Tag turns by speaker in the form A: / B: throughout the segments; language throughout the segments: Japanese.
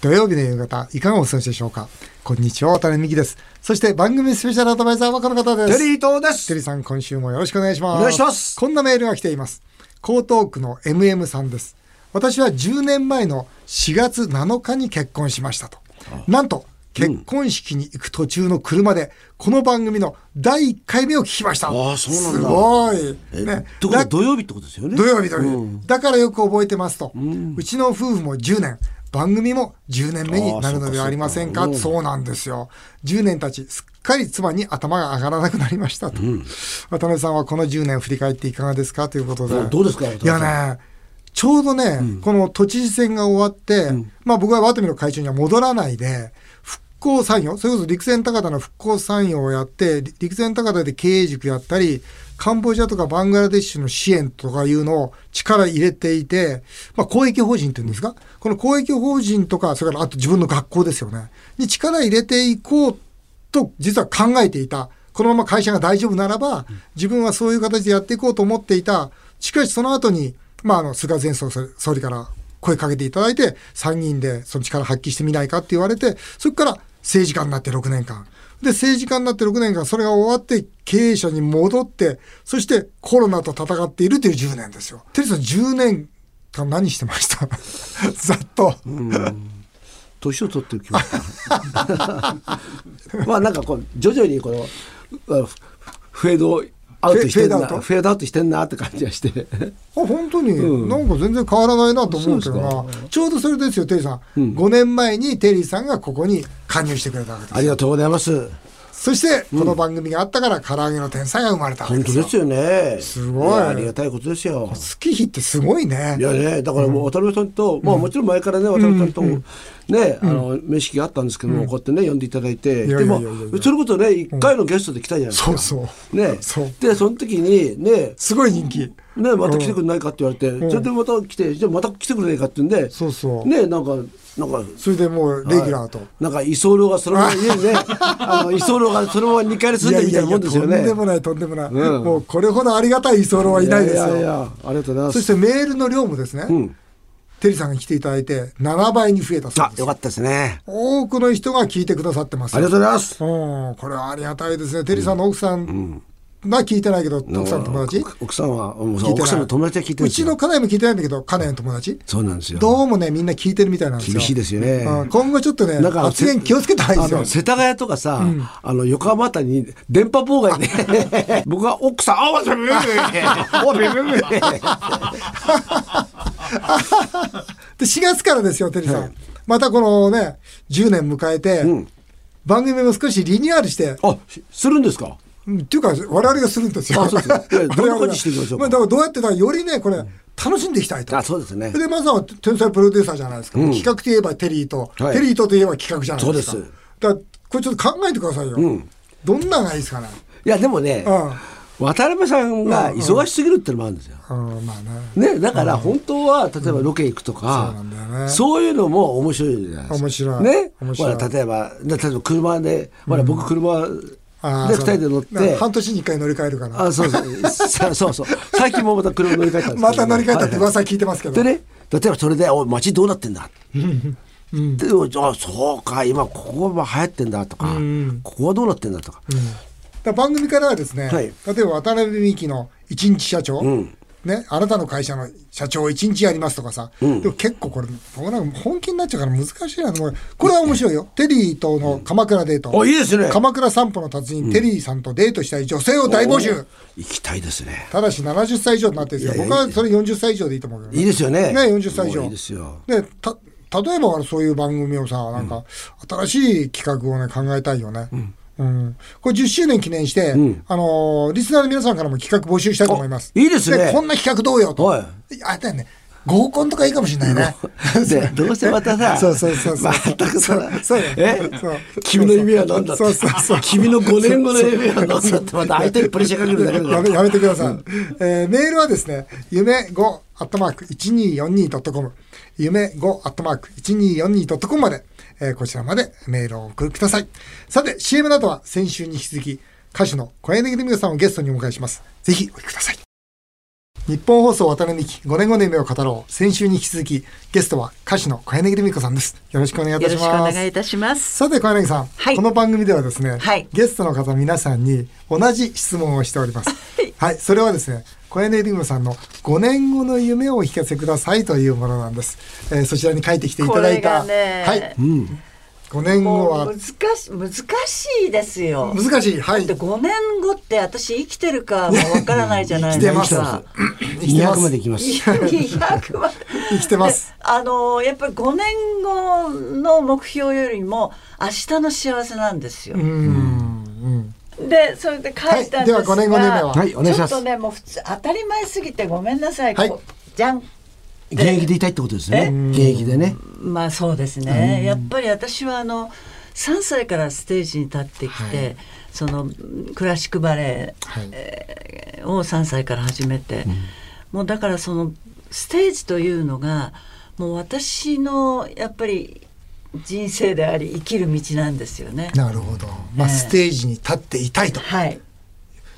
A: 土曜日の夕方、いかがお過ごしでしょうかこんにちは、渡辺美希です。そして番組スペシャルアドバイザーはこの方です。
B: テリー東で
A: テ
B: す。
A: リーさん、今週もよろしくお願いします。
B: お願いします
A: こんなメールが来ています。江東区の MM さんです。私は10年前の4月7日に結婚しましたと。なんと、結婚式に行く途中の車で、この番組の第1回目を聞きました。
B: ああそう
A: す
B: なんだ
A: ごい。
B: え
A: ね、
B: ということは土曜日ってことですよね。
A: 土曜日土曜日、だからよく覚えてますと、うちの夫婦も10年番組も10年目になるのではありませんか
B: あ
A: そ
B: ー
A: う
B: そ
A: なんですよ10年たちすっかり妻に頭が上がらなくなりましたと、渡辺さんはこの10年振り返っていかがですかということで
B: あどうですか渡
A: い
B: 辺さん
A: やねちょうどね、この都知事選が終わって、まあ僕はワトミの会長には戻らないで、復興産業、それこそ陸前高田の復興産業をやって、り陸前高田で経営塾やったり、カンボジアとかバングラデシュの支援とかいうのを力入れていて、まあ公益法人っていうんですか、この公益法人とか、それからあと自分の学校ですよね、に力入れていこうと実は考えていた。このまま会社が大丈夫ならば、自分はそういう形でやっていこうと思っていた。しかしその後に、まあ、あの、菅前総理総理から声かけていただいて、参議院でその力発揮してみないかって言われて、そこから政治家になって6年間。で、政治家になって6年間、それが終わって経営者に戻って、そしてコロナと戦っているという10年ですよ。テリーさん10年間何してました ざっと。
B: 年を取ってる気がする。 まあなんかこう徐々にこのあフフェードアウトしてんな
A: フェフェードアウト
B: フェードアウトしてんなって感じがして。
A: あ本当に、
B: うん
A: なんか全然変わらないなと思うけど
B: そう
A: な
B: で
A: ちょうどそれですよテリーさん、
B: ん
A: 5年前にテリーさんがここに加入してくれたわけです
B: ありがとうございます。
A: そして、この番組があったから唐揚げの天才が生まれたわけ
B: 本
A: で
B: 当
A: すよ
B: ですよね。
A: すごい
B: やありがたいことですよ。
A: 月日ってすごいね
B: いやね、だからもう渡辺さんと、まあもちろん前からね、渡辺さんとも、ね、あの、面識があったんですけども、こうやってね、呼んでいただいて、
A: やいや
B: で
A: いや
B: も
A: いやいや、
B: それこそね、一回のゲストで来たじゃないで
A: そ
B: すか
A: う。そう
B: ね
A: そう、
B: で、その時に、ね、
A: すごい人気
B: ね、また来てくれないかって言われて、それでまた来て、じゃあまた来てくれないかって言うんで、
A: そうそう
B: ね、なんか、なんか、
A: それでもうレギュラーと、
B: なんか居候がそのまま家にね、あの居候がそのまま2階に住んでるみたいなもんです
A: と
B: よ
A: ん
B: ね。
A: でもないとんでもない、
B: うん
A: もうこれほどありがたい居候はいないですよ
B: やいややありがとうございます。
A: そしてメールの量もですね、
B: うん、
A: テリーさんが来ていただいて7倍に増えたそう
B: あ
A: で、す
B: よかったですね。
A: 多くの人が聞いてくださってます
B: ありがとうございます。
A: うん、これはありがたいですね。テリーさんの奥さんが聞いてないけど、奥さんの友達
B: 奥奥さんは、もう
A: 聞いてない
B: 奥さんの友達は聞いてるん
A: う
B: です
A: ち
B: よ
A: の家内も聞いてないんだけど、家内の友達
B: そうなんですよ。
A: どうもね、みんな聞いてるみたいなんですよ。
B: 厳しいですよね。
A: うん今後ちょっとね、
B: なんか
A: 発言気をつけた方がいい
B: あの
A: ですよ。
B: 世田谷とかさ、あの横浜あたりに電波妨害で僕は奥さん「あわせぶぶおびぶぶ」
A: で、4月からですよ、テリーさん。またこのね、10年迎えて、番組も少しリニューアルして、
B: あしするんですか
A: うんっていうか、我々がするんですよ。
B: あそうですねいやどんな感じにしていきましょ うか
A: あだからどうやってだから、よりね、これ、楽しんでいきたいと。
B: あそうですね
A: で、まずは天才プロデューサーじゃないですか。企画といえばテリーと、
B: はい
A: テリーとといえば企画じゃないですか。
B: そうです
A: だから、これちょっと考えてくださいよ。どんなのがいいですかね。
B: いやでもね、
A: う
B: 渡辺さんが忙しすぎるってのもあるんですよ。
A: うん、まあね。
B: ね、だから本当は例えばロケ行くとか、
A: うんそうなんだよ
B: そう
A: ね
B: いうのも面白いじゃないですか。
A: 面白い
B: ね、
A: 面白い
B: ほら例えばで例えば車で、ほら僕車で
A: あー
B: 二人で乗っ
A: そうだ
B: て。
A: 半年に一回乗り換えるから。
B: あそうそう さそうそう最近もまた車乗り換えたんですけど
A: また乗り換えたって
B: はいはい
A: 噂聞いてますけど。
B: でね例えばそれで「おい街どうなってんだ」であそうか今ここは流行ってんだ」とか、ここはどうなってんだ」とか、
A: だから番組からはですね、
B: はい
A: 例えば渡辺美樹の一日社長、
B: ん
A: ね、あなたの会社の社長を一日やりますとかさ、でも結構これ、僕なんか本気になっちゃうから難しいなと思う。これは面白いよ。テリーとの鎌倉デート。
B: あいいですね
A: 鎌倉散歩の達人、テリーさんとデートしたい女性を大募集。
B: 行きたいですね
A: ただし70歳以上になってるんですよ。
B: いやい
A: 僕
B: や
A: はそれ40歳以上でいいと思うけど
B: いいですよね
A: ね、40歳以上。
B: もういいですよ
A: でた例えばそういう番組をさ、なんか、新しい企画をね、考えたいよね。うん。これ10周年記念して、あのーリスナーの皆さんからも企画募集したいと思います。
B: あいいですね
A: こんな企画どうよと。
B: はい
A: やあれだよね。合コンとかいいかもしれないね。
B: でどうせまたさ
A: そうそうそうそう
B: 全くそら
A: そうそう
B: え
A: そう
B: 君の夢は何だって
A: そうそうそう
B: 君の5年後の夢は何だってまた相手にプレッシャーかけるだけだ
A: や
B: か
A: め
B: ら
A: やめてください。えーメールはですね、夢5アットマーク 1242.com、夢5アットマーク 1242.com まで、えーこちらまでメールをお送りください。さて、CM などは先週に引き続き、歌手の小柳ルミ子さんをゲストにお迎えします。ぜひお聞きください。日本放送渡辺美希5年後の夢を語ろう先週に引き続きゲストは歌手の小柳ルミ子さんですよろしくお願いい
C: よ
A: た
C: ろ
A: し
C: しくお
A: ま
C: 願い
A: す
C: いたします。
A: さて小柳さん、
C: はい
A: この番組ではですね、
C: はい
A: ゲストの方皆さんに同じ質問をしておりますはい、それはですね小柳ルミ子さんの5年後の夢をお聞かせくださいというものなんです、えーそちらに書いてきていただいた
C: これがね
A: はい、5年後
C: もう
A: は
C: 難し難しいですよ。
A: 難しいはい
C: で5年後って私生きてるかもわからないじゃないですか。
A: 生きてま
B: 200ますでいきます。
C: 200は
A: 生きてます
C: あのやっぱり5年後の目標よりも明日の幸せなんですよ
A: う。んうん
C: でそれで書いたんですが、
A: はいでは五年後の夢は
B: はいお願いします
C: ちょっとねもう普通当たり前すぎてごめんなさい。
A: はい
C: こうじゃん
B: 現役でいたいってことですね。現役でね。
C: まあそうですね、やっぱり私はあの3歳からステージに立ってきて、そのクラシックバレ
A: はい
C: エを3歳から始めて、もうだからそのステージというのがもう私のやっぱり人生であり生きる道なんですよね。
A: なるほど、まあ、
C: ええ
A: ステージに立っていたいと、
C: はい、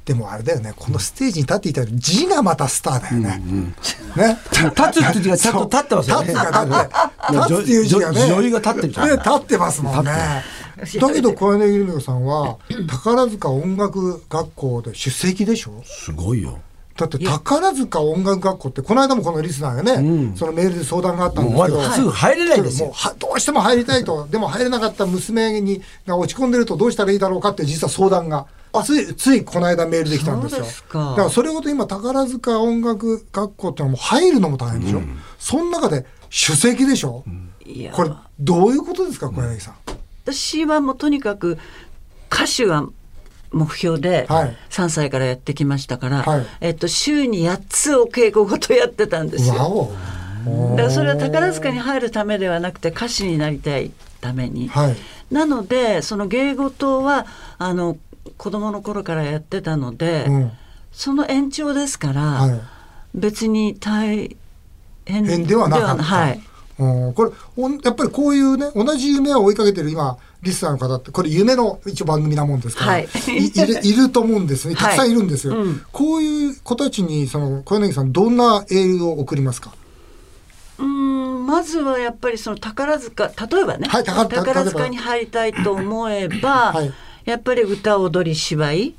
A: でもあれだよねこのステージに立っていたい字がまたスターだよね、ね
B: 立つっていう字がちゃんと立ってますよね。
A: 立つが立って立つっていう字がね
B: 女女女優が立ってるじゃん
A: ね立ってますもんねだけど小柳ルミ子さんは宝塚音楽学校で出席でしょ
B: すごいよ。
A: だって宝塚音楽学校ってこの間もこのリスナーがね、そのメールで相談があったんですけ
B: もう
A: ど
B: まだすぐ入れないですよ
A: もうはどうしても入りたいとでも入れなかった娘にが落ち込んでるとどうしたらいいだろうかって実は相談がついついこの間メールできたんですよ
C: そうですか
A: だからそれごと今宝塚音楽学校ってのはもう入るのも大変でしょ、その中で首席でしょ、
C: いや
A: これどういうことですか小柳さん、
C: 私はもうとにかく歌手が目標で
A: はい
C: 3歳からやってきましたから、
A: はい
C: えっと、週に8つお稽古ごとやってたんです
A: わ
C: よ。
A: お
C: だからそれは宝塚に入るためではなくて歌手になりたいために。
A: はい
C: なのでその芸事はあの子供の頃からやってたので、
A: うん
C: その延長ですから、
A: はい
C: 別に大変
A: 変ではなかった。
C: はい、
A: うん、これおんやっぱりこういうね同じ夢を追いかけてる今リスナーの方ってこれ夢の一応番組なもんですから、
C: はい
A: い、いるいると思うんですね
C: はい
A: たくさんいるんですよ、
C: うん
A: こういう子たちにその小柳さんどんなエールを送りますか
C: うーんまずはやっぱりその宝塚例えばね、
A: はい宝宝
C: 宝塚に入りたいと思えば、
A: はい
C: やっぱり歌踊り芝居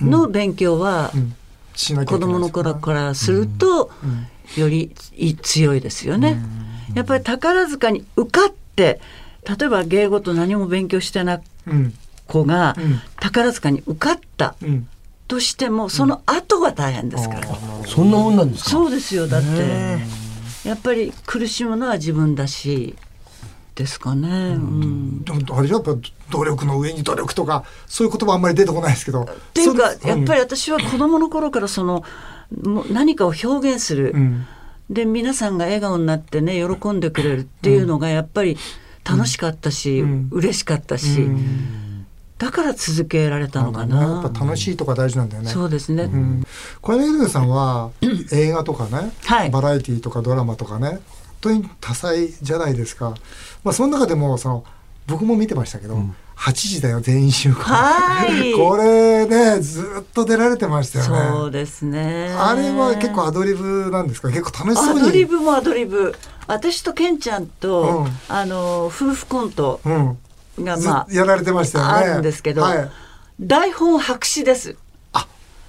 C: の勉強は
A: しなきゃ
C: 子
A: いけないですよね
C: 供の頃からするとよりい強いですよね。やっぱり宝塚に受かって例えば芸事何も勉強してない
A: うん
C: 子が
A: うん
C: 宝塚に受かった
A: うん
C: としてもその後が大変ですから。
B: そんなもんなんですか。
C: そうですよだってやっぱり苦しむのは自分だしですかね、うん
A: でもあれじゃやっぱ努力の上に努力とかそういう言葉あんまり出てこないですけどっ
C: っていうかやっぱり私は子どもの頃からそのもう何かを表現する、
A: うん
C: で皆さんが笑顔になってね喜んでくれるっていうのがやっぱり楽しかったし、
A: うん
C: 嬉しかったし、だから続けられたのかな。
A: やっぱ楽しいとか大事なんだよね
C: そうですね、
A: 小柳ルミさんは映画とかね、
C: はい
A: バラエティーとかドラマとかね本当に多彩じゃないですか、まあ、その中でもその僕も見てましたけど、8時だよ全員集合
C: はい
A: これねずっと出られてました
C: そ
A: よ
C: う
A: ね
C: ですね
A: あれは結構アドリブなんですか結構楽しそ
C: ア
A: うに
C: ドリブもアドリブ私とケンちゃん
A: う
C: と、
A: ん
C: あの夫婦コント
A: うん
C: が
A: ず
C: まあ
A: やられてましたよね
C: あるんですけど、
A: はい、
C: 台本白紙です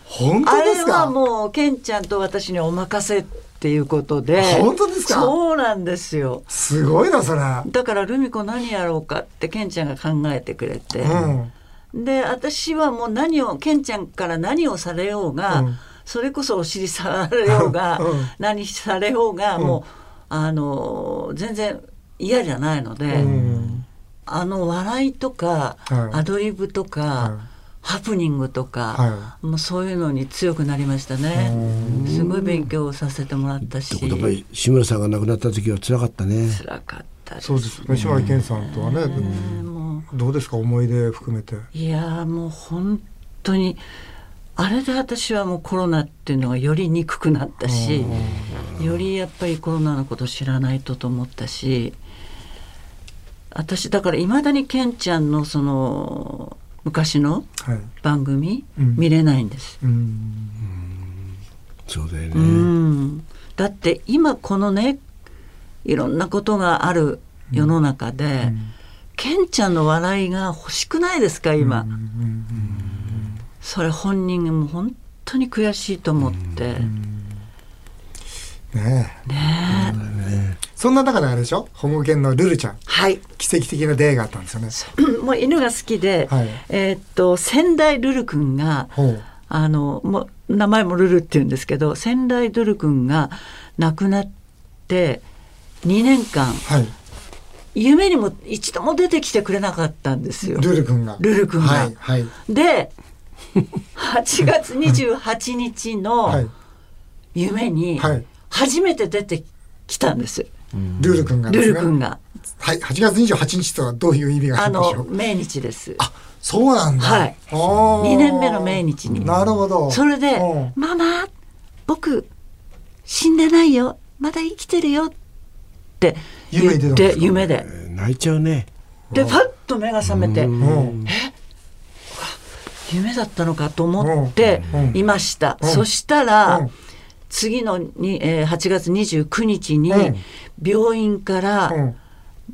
A: 本
C: あ
A: 当で
C: れ
A: す
C: は
A: か
C: もうケンちゃんと私にお任せっていうことで
A: 本当ですか
C: そうなんですよ
A: すごいなそれ
C: だからルミ子何やろうかってケンちゃんが考えてくれて、
A: うん
C: で私はもう何をケンちゃんから何をされようが、
A: うん
C: それこそお尻触られようが、
A: うん
C: 何されようが、もうあの全然嫌じゃないので、
A: うん
C: あの笑いとか、
A: はい
C: アドリブとか、ハプニングと
A: は、
C: かもうそういうのに強くなりましたね。すごい勉強をさせてもらったし、
B: ってことはやっぱり志村さんが亡くなった時は辛かったね。
C: 辛かったです
A: そうですね志村けんさんとはね、
C: もう
A: どうですか思い出含めて
C: いやーもう本当にあれで私はもうコロナっていうのがより憎くなったしよりやっぱりコロナのこと知らないとと思ったし私だからいまだにケンちゃんのその昔の
A: はい
C: 番組
A: うん
C: 見れないんです、
A: うん
B: そうだよね。
C: うん、だって今このねいろんなことがある世の中で、ケンちゃんの笑いが欲しくないですか今、それ本人も本当に悔しいと思って、
A: ねえそんな中であれでしょ保護犬のルルちゃん
C: はい
A: 奇跡的な出会いがあったんですよね
C: もう犬が好きで、
A: はい
C: えーっと先代ルル君が
A: ほう
C: あのもう名前もルルって言うんですけど先代ルル君が亡くなって2年間
A: はい
C: 夢にも一度も出てきてくれなかったんですよ。
A: ルル君が
C: ルル君が
A: はいはい
C: で8月28日
A: は
C: の
A: い
C: 夢に
A: はい
C: 初めて出てきたんです、
A: ルル君がで
C: ル
A: すね
C: ル君が。
A: はい8月28日とはどういう意味があ
C: あ
A: るんでしょ
C: の
A: う
C: 命日です。
A: そうなんだ
C: はい
A: 2
C: 2年目の命日に
A: なるほど
C: それで
A: うん
C: 「ママ僕死んでないよまだ生きてるよ」って言
A: 夢に出たん
C: っ
A: です
C: て
A: か
C: 夢で
B: 泣いちゃうね。
C: でパッと目が覚めて
A: うん
C: 夢だったのかと思って
A: うんうん
C: いました、
A: うん
C: そした
A: う
C: ら
A: ん
C: 次のに、えー8月29日に
A: うん
C: 病院から
A: うん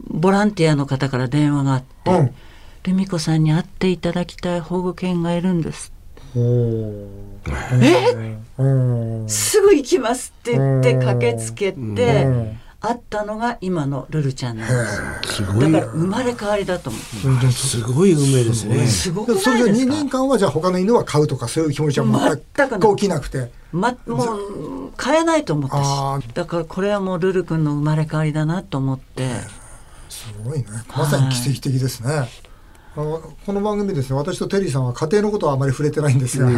C: ボランティアの方から電話があって
A: うん
C: 「ルミ子さんに会っていただきたい保護犬がいるんです」
A: ほう
C: え
A: うん
C: すぐ行きます」って言って駆けつけて
A: うん
C: 会ったのが今のルルちゃんなんです。
B: すご
C: だ
B: い
C: から生まれ変わりだと思
B: すごい運命です
C: う。
B: ね。
C: すごく
A: そ
C: ない
A: れ
C: で
A: じゃ
C: す
A: 2
C: か。
A: 年間はじゃあ他の犬は飼うとかそういう気持ちは全
C: 全く
A: く起きなくて
C: ま、もう変えないと思った
A: あ
C: しだからこれはもうルル君の生まれ変わりだなと思って
A: すごいねまさに奇跡的ですね、あのこの番組ですね私とテリーさんは家庭のことはあまり触れてないんですが、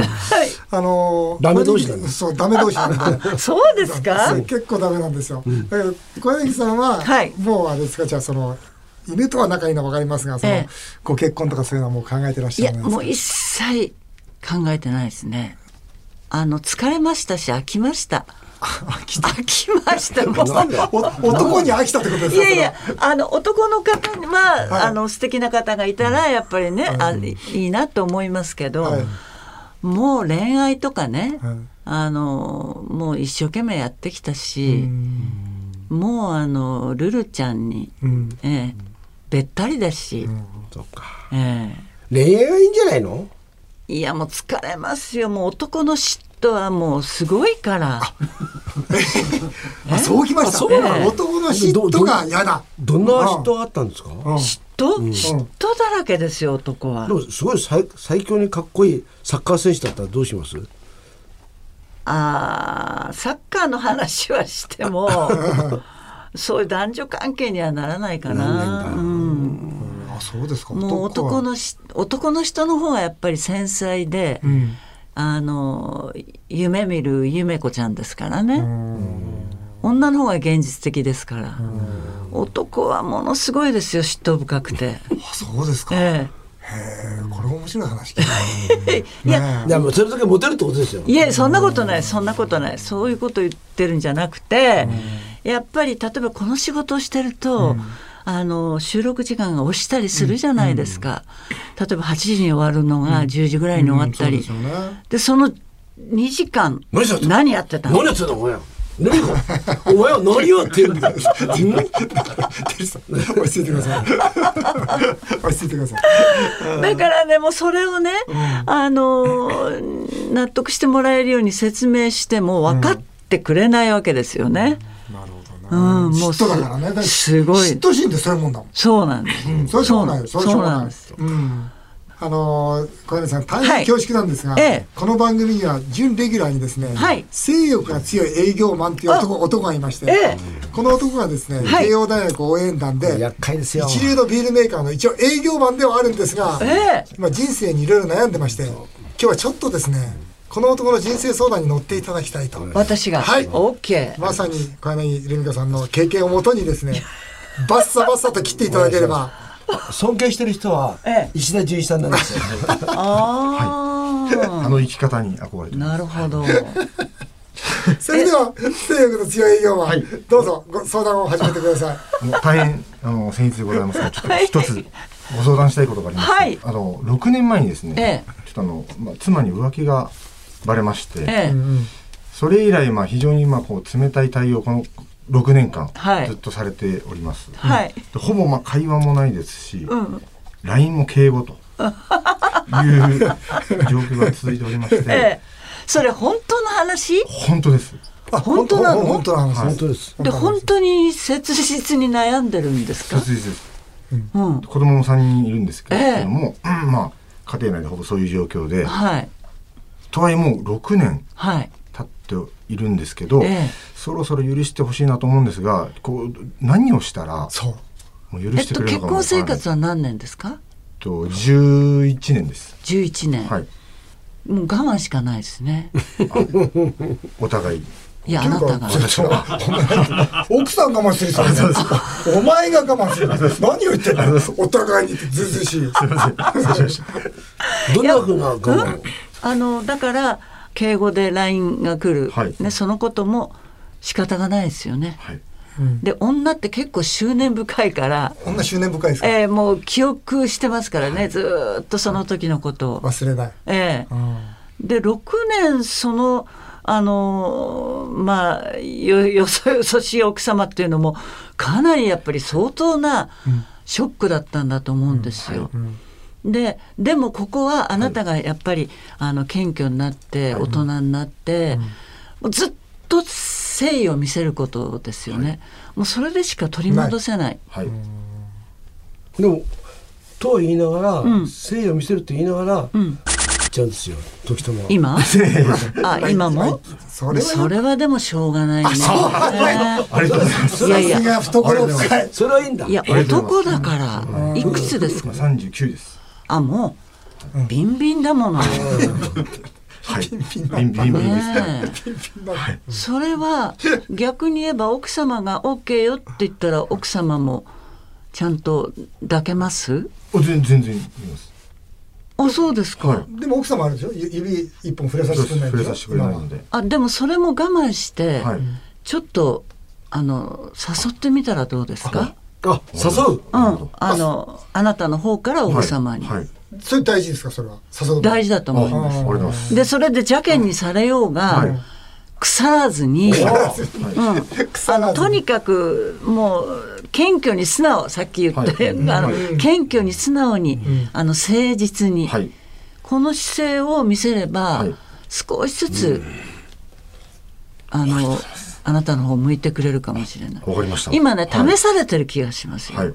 A: あの
B: ダメ同士なんで
A: そうダメ同士なんで
C: そうですか
A: そう結構ダメなんですよ、だけど小柳さんは、
C: はい
A: もうあれですかじゃあその犬とは仲いいのは分かりますがその、
C: ええ
A: ご結婚とかそういうのはもう考えてらっ
C: い
A: しゃ
C: や
A: るんです
C: も
A: か
C: う一切考えてないですねあの疲れましたし飽きました飽きましたもう
A: お男に飽きたってことです
C: い
A: か
C: やいやあの男の方は、
A: はい
C: あの素敵な方がいたらやっぱりね、あいいなと思いますけど、
A: はい
C: もう恋愛とかね、
A: はい
C: あのもう一生懸命やってきた
A: それは
C: し、もうあのルルちゃんに、
A: うん
C: ええ、べったりだし、
B: そうか。
C: え
B: 恋愛はいいんじゃないの？
C: え、いやもう疲れますよもう男の嫉妬はもうすごいから
A: あそうきました
B: あそう
C: なの
A: 男の嫉妬が嫌だ
B: どんな人があったんですか？
A: うん
C: 嫉妬、嫉妬だらけですよ男は
B: で。もすごい最最強にかっこいいサッカー選手だったらどうします？
C: あーサッカーの話はしても そういう男女関係にはならないかな。うん
A: あそうですか
C: もう
A: は
C: 男のし男の人の方がやっぱり繊細で、
A: うん
C: あの夢見る夢子ちゃんですからね、
A: うん
C: 女の方が現実的ですから、男はものすごいですよ嫉妬深 くて、
A: あそうですか、
C: え
A: へえこれ面白い話聞い
C: え、
A: た
C: いや
A: ね
B: でもうそれだけモテるってことですよ。
C: いやそんなことないそんなことないそういうこと言ってるんじゃなくて、やっぱり例えばこの仕事をしてると、あの収録時間が押したりするじゃないですか、例えば8時に終わるのが10時ぐらいに終わったり、
A: うんそうですよね
C: でその2時間
B: 何しちゃった
C: 何やってたの
B: 何やってんだお前。何これお前は何やってんだよ。
A: テリーさん落ち着いてください 落ち着いてください
C: だからねもうそれをね、あの ー納得してもらえるように説明しても分かってくれないわけですよね。
A: なるほど
C: う
A: な、
C: んもう
A: 嫉妬だからねだって
C: すごい
A: 嫉妬心ってそういうもんだもん、
C: そうなんです。
A: うん、それはしょうがないよそれはしょう
C: そう
A: が
C: な
A: なんい
C: ですよ。
A: うんあのー小柳さん大
C: は
A: 変
C: い
A: 恐縮なんですが、
C: ええ
A: この番組には準レギュラーにですね、
C: はい
A: 性欲が強い営業マンっていう男男がいまして、
C: ええ
A: この男がですね、
C: はい
A: 慶応大学応援団で
B: 厄介ですよ。
A: 一流のビールメーカーの一応営業マンではあるんですが、
C: ええ
A: まあ人生にいろいろ悩んでまして今日はちょっとですねこの男の人生相談に乗っていただきたいと、
C: 私が、
A: はい
C: オッケー。
A: まさに小柳ルミ子さんの経験をもとにですねバッサバッサと切っていただければ
B: 尊敬してる人は
C: ええ
B: 石田純一さんなんですよ。
C: ああ、
D: あの生き方に憧れてま
C: な
D: す。
C: るほど。
A: それでは性欲の強い営業マン、
D: はい
A: どうぞご相談を始めてください
D: もう大変あの僭越でございますが、ちょっと
C: はい
D: 一つご相談したいことがありまして、
C: はい
D: あの六年前にですね、
C: ええ
D: ちょっとあのまあ妻に浮気がバレまして、
C: ええ、
D: それ以来まあ非常にまあこう冷たい対応をこの6年間
C: はい
D: ずっとされております、
C: はい
D: でほぼまあ会話もないですし、
C: うん
D: LINE も敬語という 状況が続いておりまして、
C: ええそれ本当の話
D: 本当です
A: あ
C: 本当なの
A: 本当なの
B: 本当です
C: で本当に切実に悩んでるんですか
D: 切、実です
C: うん、
D: 子供も3人いるんですけ
C: ええ
D: れども、うんまあ家庭内でほぼそういう状況で
C: はい
D: とはいえもう6年
C: はい
D: 経っているんですけど、
C: ええ
D: そろそろ許してほしいなと思うんですがこう何をしたら
A: そう
D: もう許
C: えっ
D: して
C: と
D: くれ
C: 結
D: るのかもわ
C: 婚
D: か
C: 生
D: らない
C: 活は何年ですか
D: えっと11年です
C: 11年、
D: はい
C: もう我慢しかないです ね
D: お互い
C: いやあなたが
A: そうお前奥さん我慢してる人お前が我慢してる何を言ってんだお互いにってずうずうしい
B: どんなふうな我慢
C: あのだから敬語で LINE が来る、
D: はい
C: ね、そのことも仕方がないですよね。
D: はい
C: で女って結構執念深いから、
A: こんな執念深いですか
C: えーもう記憶してますからね、ずーっとその時のことを。
A: 忘れない
C: ええで6年そのあのーまあよよそよそしい奥様っていうのもかなりやっぱり相当なショックだったんだと思うんですよ。ででもここはあなたがやっぱり、あの謙虚になって大人になって、もうずっと誠意を見せることですよね、もうそれでしか取り戻せない
D: はい
B: でもとは言いながら、
C: ん
B: 誠意を見せると言いながら、
C: ん
B: 行っちゃうんですよ時とも
C: 今あ今も
A: それは
C: それはでもしょうがないね。ね
D: ありがとうございます
C: いやい
A: さ
C: や
A: すが懐深い
B: それはいいんだ
C: いや
D: ありがとう
C: 男だからいくつですか
D: 今39です
C: あもうビンビンだものね
D: はいビンビンビンですね
C: えそれは逆に言えば奥様が OK よって言ったら奥様もちゃんと抱けます
D: お全全然います
C: あそうですか、
D: はい
A: でも奥様あるでしょゆ指一本触れさせてくれない
D: 触
A: でしょ
D: れさせてくれないので
C: あでもそれも我慢して、
D: はい
C: ちょっとあの誘ってみたらどうですか
B: あ誘う
C: うん、あのあなたの方から奥様に、
D: はいはい
A: 今それ大事ですかそれは誘う
C: 大事だと思い
D: あ
C: ま
D: ありがとうございます
C: でそれで邪険にされようが、
D: はい
C: 腐らずに、
D: すはい
C: うん、
A: 腐
C: あ
A: らず に
C: のとにかくもう謙虚に素直さっき言ったように、
D: はい
C: あの
D: う
C: 謙虚に素直に、あの誠実に、
D: はい
C: この姿勢を見せれば、
D: はい
C: 少しずつ、あのあなたの方向いてくれるかもしれない
D: わかりました
C: 今ね
D: は
C: 試
D: い
C: されてる気がしますよ、
D: はい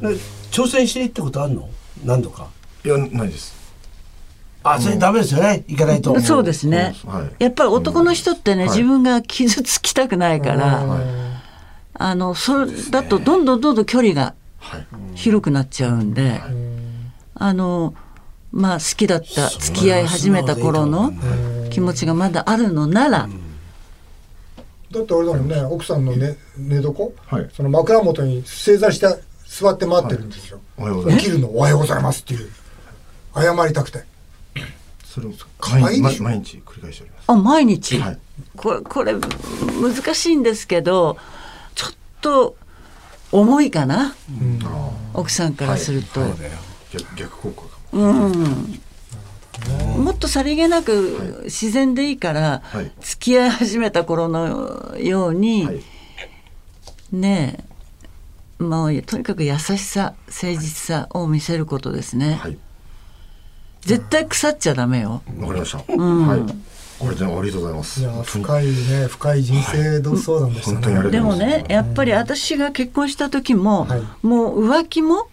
B: で挑戦していったことあるの何度か
D: いやないです
B: あそれダメですよね行かないと
C: そうですね、
D: そうですはい
C: やっぱり男の人ってね、
D: うんはい
C: 自分が傷つきたくないから、あのそれだとどんどんどんどん距離が
D: はい
C: 広くなっちゃうんで、あのまあ好きだった付き合い始めた頃の気持ちがまだあるのな
A: だっ
C: ら、
A: てあれだもんね奥さんのね寝床
D: はい
A: その枕元に正座して座って待ってるんですよ
D: おはようござ
A: 起
D: いま
A: き
D: す
A: るのおはようございますっていう謝りたくて
D: それを
A: 可愛いで
D: 毎
A: し
D: 日
A: ょ
D: 毎日繰り返しております
C: あ毎日、
D: はい
C: これこれ難しいんですけどちょっと重いかな、奥さんからすると、
D: 逆逆効果かも
C: もっとさりげなく自然でいいから、
D: はい
C: 付き合い始めた頃のように、
D: はい
C: ねえまあとにかく優しさ誠実さを見せることですね、
D: はい
C: 絶対腐っちゃダメよ
D: わかりましたはいこれでありがとうございま
A: い
D: す
A: や
D: 本当に
A: 深いね深い人生ど相談でした
D: 本当にあ
A: ね
C: で
D: りがとうご
C: も
D: ざいます
C: ねやっぱり私が結婚した時も、
A: はい
C: もう浮気も
A: はい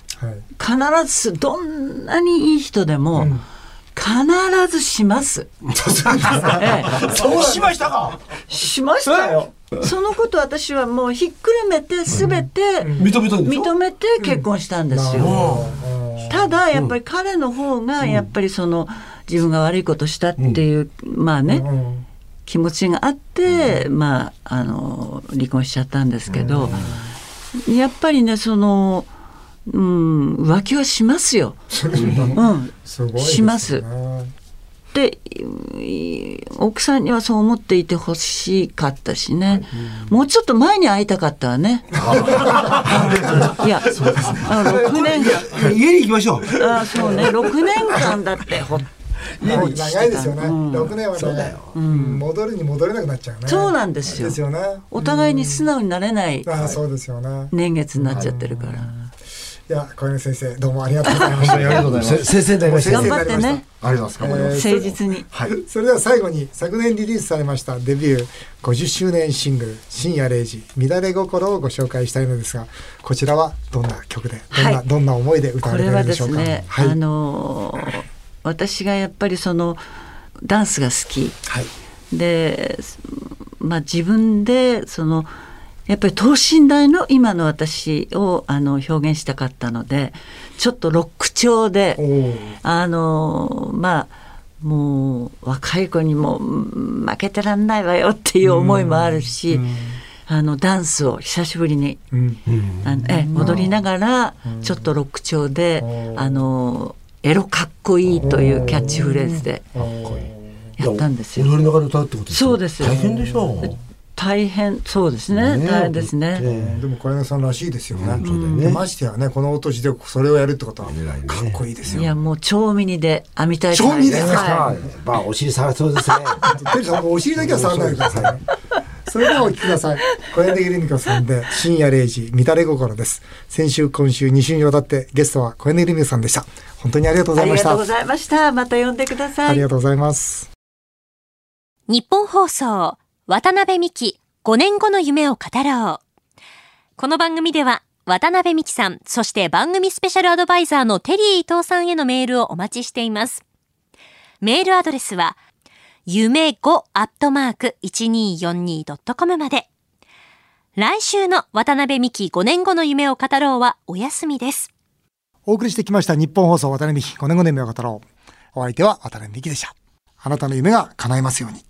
C: 必ずどんなにいい人でも、
A: ん
C: 必ずします。 ええ
B: そうしましたか
C: しましたよ。そのこと私はもうひっくるめて全て
B: 認めたんでしょ
C: 認めて結婚したんですよ。ただやっぱり彼の方がやっぱりその自分が悪いことしたっていう、まあね、
A: うん
C: 気持ちがあって、まああの離婚しちゃったんですけど、やっぱりねその、うん、浮気はしますよ。うん、
A: すごい
C: しま
A: で
C: す
A: すね
C: でい奥さんにはそう思っていてほしかったしね、もうちょっと前に会いたかったわね。いや、あの6年間
B: いや家に行きましょう
C: あそうね6年間だってほっ
A: 長いですよね。
C: うん
A: 六年は
B: そうだ
A: ね
B: よ、
A: うん戻るに戻れなくなっちゃうね。
C: そうなんですよ
A: ですよね。
C: お互いに素直になれない
A: ああ、そうですよね。
C: 年月になっちゃってるから、
A: いや、小柳先生、どうもありがとうございま
D: 本
A: し
D: 当
A: た。
D: にありがとうございます。
B: 先生になりました
C: 頑張っ
A: 先
C: て
A: 生になりま
C: ね
D: ありがとうございます。頑張ります。
A: え
C: 誠実に
D: はい。
A: それでは最後に昨年リリースされましたデビュー50周年シングル「深夜0時乱れ心」をご紹介したいのですがこちらはどんな曲でどんな,、
C: はい
A: どんな思いで歌
C: こ
A: われ
C: れ
A: ている
C: は
A: んで
C: で
A: しょ
C: す
A: うか
C: ね、
A: はい
C: あのー私がやっぱりそのダンスが好き
A: はい
C: で、まあ、自分でそのやっぱり等身大の今の私をあの表現したかったのでちょっとロック調で
A: お。ー
C: あのまあもう若い子にもうん負けてらんないわよっていう思いもあるし、あのダンスを久しぶりに
A: うん
C: あのえ踊りながらちょっとロック調で「あのエロかっこいい」というキャッチフレーズでやったんですよ。
E: 踊りながら歌うってことですか
C: そうですよ
E: 大変でしょう。
C: 大変そうですね
E: ねえ
C: 大変ですね。
E: え
A: でも小柳さんらしいですよね,、
E: そうだよね
A: ましてやねこのお年でそれをやるってことはか
E: 偉いね
A: っこいいです
C: い
A: よ。
C: やもう超ミニで編みたい
A: 超ミニですか
C: は
E: あまあお尻触らそうですね。
A: テリーさんお尻だけは触らないでくださいね。それではお聞きください。小柳ルミ子さんで深夜0時乱れ心です。先週今週2週にわたってゲストは小柳ルミ子さんでした。本当にありがとうご
C: い、あ
A: ざい
C: り
A: まし
C: が
A: た。
C: とうございましたまた呼んでくださ
A: あ
C: い
A: り。がとうございます。
F: 日本放送、渡辺美希、5年後の夢を語ろう。この番組では、渡辺美希さん、そして番組スペシャルアドバイザーのテリー伊藤さんへのメールをお待ちしています。メールアドレスは、夢5アットマーク 1242.com まで。来週の渡辺美希5年後の夢を語ろうはお休みです。
A: お送りしてきました日本放送渡辺美希5年5年目を語ろう。お相手は渡辺美希でした。あなたの夢が叶いますように。